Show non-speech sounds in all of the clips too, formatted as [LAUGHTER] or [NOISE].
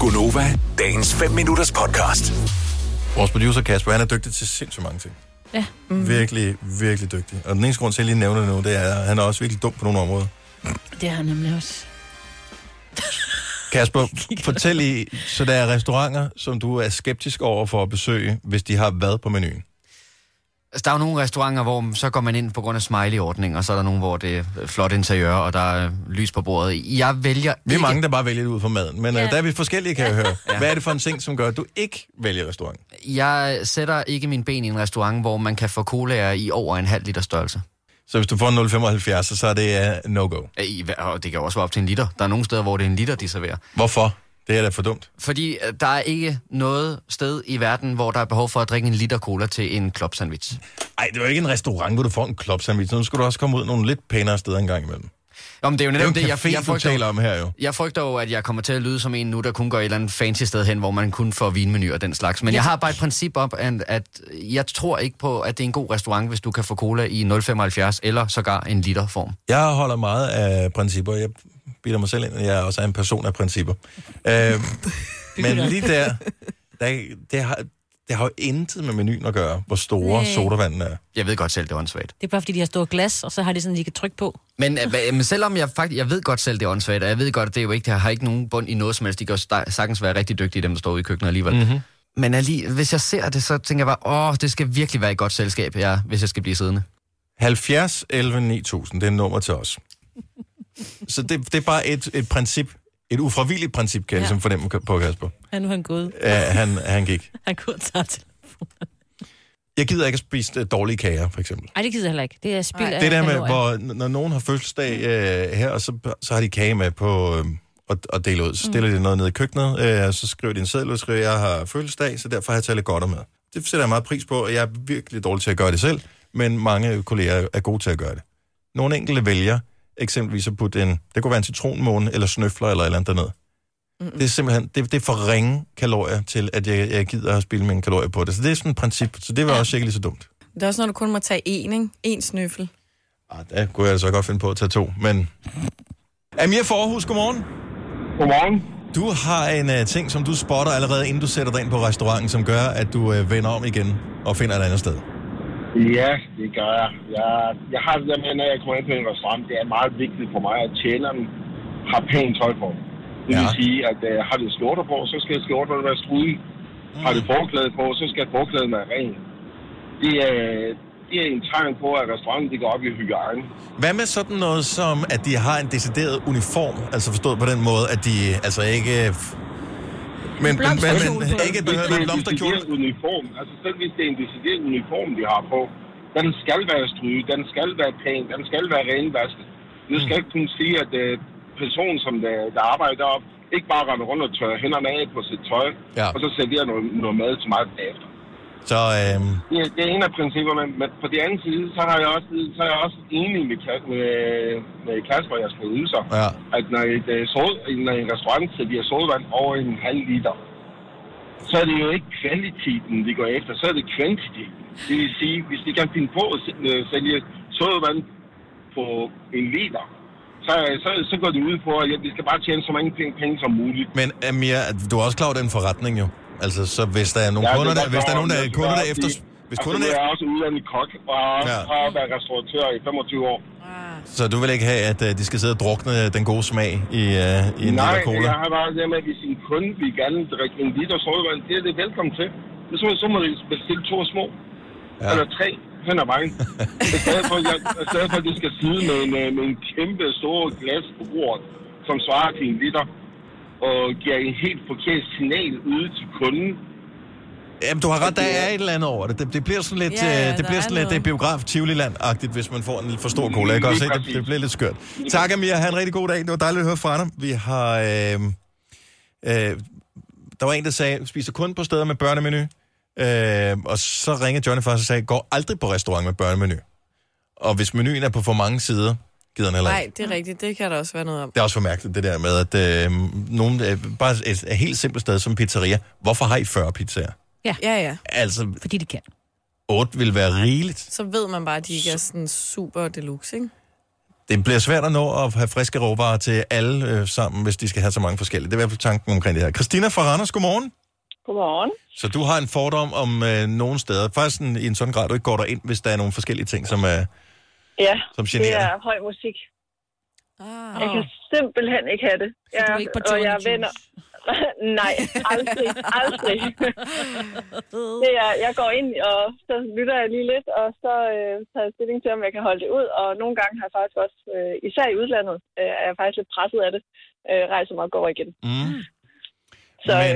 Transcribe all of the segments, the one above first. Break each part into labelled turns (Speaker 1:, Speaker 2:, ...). Speaker 1: Gunova, dagens 5 minutters podcast.
Speaker 2: Vores producer Kasper, han er dygtig til sindssygt mange ting.
Speaker 3: Ja.
Speaker 2: Mm. Virkelig, virkelig dygtig. Og den eneste grund til, at jeg lige nævner det nu, det er, at han er også virkelig dum på nogle områder.
Speaker 3: Det har han nemlig også.
Speaker 2: Kasper, fortæl i, så der er restauranter, som du er skeptisk over for at besøge, hvis de har hvad på menuen.
Speaker 4: Altså, der er jo nogle restauranter, hvor så går man ind på grund af smiley-ordning, og så er der nogle, hvor det er flot interiør, og der er lys på bordet. Jeg vælger
Speaker 2: Vi er
Speaker 4: ikke...
Speaker 2: mange, der bare vælger det ud fra maden, men ja.
Speaker 3: Ja.
Speaker 2: der er vi forskellige, kan jeg høre. Hvad er det for en ting, som gør, at du ikke vælger restaurant?
Speaker 4: Jeg sætter ikke min ben i en restaurant, hvor man kan få colaer i over en halv liter størrelse.
Speaker 2: Så hvis du får en 075, så er det uh, no-go.
Speaker 4: Øh, I, og det kan også være op til en liter. Der er nogle steder, hvor det er en liter, de serverer.
Speaker 2: Hvorfor? Det er da for dumt.
Speaker 4: Fordi øh, der er ikke noget sted i verden, hvor der er behov for at drikke en liter cola til en klopsandwich.
Speaker 2: Ej, det er jo ikke en restaurant, hvor du får en klopsandwich. Nu skulle du også komme ud nogle lidt pænere steder en gang imellem.
Speaker 4: Om det er jo
Speaker 2: Det er jo
Speaker 4: netop
Speaker 2: en
Speaker 4: det,
Speaker 2: café,
Speaker 4: jeg, jeg
Speaker 2: du
Speaker 4: frygter.
Speaker 2: taler om her jo.
Speaker 4: Jeg frygter jo, at jeg kommer til at lyde som en nu, der kun går et eller andet fancy sted hen, hvor man kun får vinmenuer og den slags. Men jeg har bare et princip om, at, at jeg tror ikke på, at det er en god restaurant, hvis du kan få cola i 0,75 eller sågar en liter form.
Speaker 2: Jeg holder meget af principper. Jeg bilder mig selv ind, at jeg også er en person af principper. Øh, men lige der, der det, har, det har jo intet med menuen at gøre, hvor store
Speaker 3: Nej.
Speaker 2: sodavanden er.
Speaker 4: Jeg ved godt selv, det er åndssvagt.
Speaker 3: Det er bare, fordi de har store glas, og så har de sådan, de kan trykke på.
Speaker 4: Men, øh, hva- men selvom jeg faktisk, jeg ved godt selv, det er åndssvagt, og jeg ved godt, det er jo ikke, det har ikke nogen bund i noget som helst. De kan jo sta- sagtens være rigtig dygtige, dem der står ude i køkkenet alligevel. Mm-hmm. Men alligevel, hvis jeg ser det, så tænker jeg bare, åh, det skal virkelig være et godt selskab, jeg, hvis jeg skal blive siddende.
Speaker 2: 70 11 9000, det er nummer til os. Så det, det er bare et, et princip, et ufravilligt princip, kan jeg
Speaker 3: Ja.
Speaker 2: ligesom fornemme på Kasper.
Speaker 3: Ja, nu er han gået.
Speaker 2: Uh, han, han gik.
Speaker 3: Han kunne tage til.
Speaker 2: Jeg gider ikke at spise øh, dårlige kager, for eksempel.
Speaker 3: Ej, det gider jeg heller ikke. Det er spild af
Speaker 2: det der med,
Speaker 3: kalorier.
Speaker 2: hvor n- når nogen har fødselsdag øh, her, og så, så har de kage med på øh, og, og dele ud. Så stiller de noget ned i køkkenet, øh, og så skriver de en seddel og skriver, jeg har fødselsdag, så derfor har jeg taget lidt godt med. Det sætter jeg meget pris på, og jeg er virkelig dårlig til at gøre det selv, men mange kolleger er gode til at gøre det. Nogle enkelte vælger eksempelvis at putte en, det kunne være en citronmåne, eller snøfler, eller et eller andet dernede. Mm-hmm. Det er simpelthen, det, det er for ringe kalorier til, at jeg, jeg gider at spille mine kalorier på det. Så det er sådan et princip, så det var ja. også ikke lige så dumt.
Speaker 5: Det er også, når du kun må tage én, ikke? En snøffel.
Speaker 2: Ah, der kunne jeg så godt finde på at tage to, men... Amir Forhus, godmorgen.
Speaker 6: Godmorgen.
Speaker 2: Du har en uh, ting, som du spotter allerede, inden du sætter dig ind på restauranten, som gør, at du uh, vender om igen og finder et andet sted.
Speaker 6: Ja, det gør jeg. jeg. Jeg har det der med, når jeg kommer ind på en restaurant, det er meget vigtigt for mig, at tjeneren har pænt tøj på. Det vil
Speaker 2: Ja.
Speaker 6: sige, at øh, har det skjorter på, så skal skjorterne være strude. Har det forklæde på, så skal forklæden være ren. Det er, det er en tegn på, at restauranten de går op i hygiejne.
Speaker 2: Hvad med sådan noget som, at de har en decideret uniform, altså forstået på den måde, at de altså ikke... øh, f- Men, men, men, men ikke at
Speaker 6: Hvis
Speaker 2: behøver være
Speaker 6: det er
Speaker 2: en
Speaker 6: en
Speaker 2: blomsterkjole.
Speaker 6: decideret uniform, altså selv hvis det er en decideret uniform, de har på, den skal være stryge, den skal være pæn, den skal være renvasket. Nu skal jeg ikke kunne sige, at øh, personen, som der, der arbejder deroppe, ikke bare render rundt og tørrer hænderne af på sit tøj,
Speaker 2: Ja.
Speaker 6: ja. og så serverer noget, noget mad til mig bagefter.
Speaker 2: Så øh,
Speaker 6: Det, er- det er en af principperne, men på den anden side, så, har jeg også, så er jeg også enig med, Ka- med, med Kasper, jeg skal yde sig,
Speaker 2: Ja.
Speaker 6: at når, et, øh, sol- når en restaurant serverer sodavand over en halv liter, så er det jo ikke kvaliteten, vi går efter, så er det kvantiteten. Det vil sige, hvis de kan finde på at s- øh, sælge sodavand på en liter, så, så, så går det ud på, at ja, vi skal bare tjene så mange penge, penge som muligt.
Speaker 2: men Amir, du er også klar over den forretning jo. Altså, så hvis der er nogle kunder,
Speaker 6: altså,
Speaker 2: der, hvis der er nogen, der, kunder, der efter... Hvis kunderne,
Speaker 6: kunderne... Altså, nu er jeg også uddannet kok, og
Speaker 2: Ja.
Speaker 6: ja. har været restauratør i 25 år.
Speaker 3: Ah.
Speaker 2: Så du vil ikke have, at øh, de skal sidde og drukne den gode smag i, øh, i en
Speaker 6: Nej,
Speaker 2: liter cola?
Speaker 6: jeg har bare det med, at hvis en kunde vil gerne drikke en liter sodavand, det er det velkommen til. Men så, må- så må de bestille to små, ja. eller tre hen ad
Speaker 2: [LAUGHS]
Speaker 6: vejen. I stedet for, jeg, i stedet for, at de skal sidde med en, øh, med en kæmpe stor glas på bordet, som svarer til en liter, og giver en helt forkert signal ude til kunden.
Speaker 2: Jamen, du har ret, der er et eller andet over det. Det, det bliver sådan lidt,
Speaker 5: Ja, ja,
Speaker 2: ja, det
Speaker 5: der
Speaker 2: bliver
Speaker 5: er
Speaker 2: sådan lidt øh,
Speaker 5: noget.
Speaker 2: biograf Tivoliland-agtigt, hvis man får en lidt for stor cola. Jeg kan godt se,
Speaker 6: Lige
Speaker 2: det,
Speaker 6: præcis.
Speaker 2: det bliver lidt skørt. Tak, Amir. Ha' en rigtig god dag. Det var dejligt at høre fra dig. Vi har... Øh, øh, der var en, der sagde, spiser kun på steder med børnemenu. Øh, og så ringede Johnny først og sagde, går aldrig på restaurant med børnemenu. Og hvis menuen er på for mange sider, gider han heller ikke.
Speaker 5: Nej, det er rigtigt. Det kan der også være noget om.
Speaker 2: Det er også for mærkeligt, det der med, at øh, nogen, øh, bare et, et helt simpelt sted som pizzeria. Hvorfor har I 40 pizzaer?
Speaker 5: Ja, ja.
Speaker 2: Altså,
Speaker 3: Fordi de kan.
Speaker 2: 8 vil være rigeligt.
Speaker 5: Så ved man bare, at de ikke er sådan super deluxe, ikke?
Speaker 2: Det bliver svært at nå at have friske råvarer til alle øh, sammen, hvis de skal have så mange forskellige. Det er i hvert fald tanken omkring det her. Christina fra Randers, godmorgen.
Speaker 7: Godmorgen.
Speaker 2: Så du har en fordom om øh, nogle steder. Faktisk en, i en sådan grad, du ikke går derind, hvis der er nogle forskellige ting, som er...
Speaker 7: Ja,
Speaker 2: Som
Speaker 7: det
Speaker 2: generer
Speaker 7: er høj musik.
Speaker 5: Ah.
Speaker 7: Jeg kan simpelthen ikke have det.
Speaker 3: Så du er ikke på
Speaker 7: og
Speaker 3: Tony
Speaker 7: jeg
Speaker 3: Juice?
Speaker 7: vender. [LAUGHS] Nej, aldrig,
Speaker 3: [LAUGHS]
Speaker 7: aldrig. det er, jeg går ind, og så lytter jeg lige lidt, og så øh, tager jeg stilling til, om jeg kan holde det ud. Og nogle gange har jeg faktisk også, øh, især i udlandet, øh, er jeg faktisk lidt presset af det, øh, rejser mig og går igen.
Speaker 2: Mm.
Speaker 7: Så
Speaker 2: Men,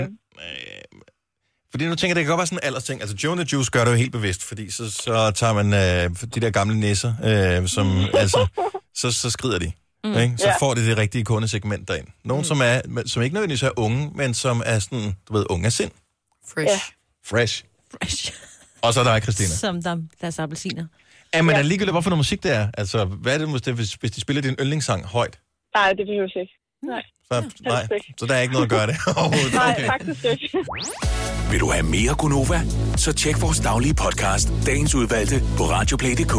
Speaker 7: øh,
Speaker 2: øh, fordi nu tænker jeg, det kan godt være sådan en aldersting. Altså, Joe and the Juice gør det jo helt bevidst, fordi så, så tager man øh, de der gamle nisser, øh, som altså, så, så skrider de. Mm. Ikke? Så
Speaker 7: Ja.
Speaker 2: får de det rigtige kundesegment derind. Nogen, mm. som, er, som ikke nødvendigvis er unge, men som er sådan, du ved, unge af sind.
Speaker 5: Fresh.
Speaker 7: Ja.
Speaker 2: Fresh.
Speaker 3: Fresh.
Speaker 2: Og så er der Christina.
Speaker 3: Som der, deres appelsiner.
Speaker 2: Ja, men alligevel, hvorfor noget musik det er? Altså, hvad er det, måske, hvis, hvis de spiller din yndlingssang højt?
Speaker 7: nej, det behøver jeg ikke. Nej,
Speaker 2: Så, nej,
Speaker 7: ikke.
Speaker 2: så der er ikke noget at gøre det [LAUGHS] overhovedet.
Speaker 7: nej
Speaker 2: Okay.
Speaker 7: faktisk ikke.
Speaker 1: Vil du have mere Gunova? Så tjek vores daglige podcast, dagens udvalgte, på radioplay.dk.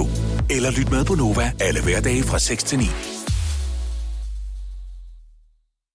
Speaker 1: Eller lyt med på Nova alle hverdage fra 6 til 9.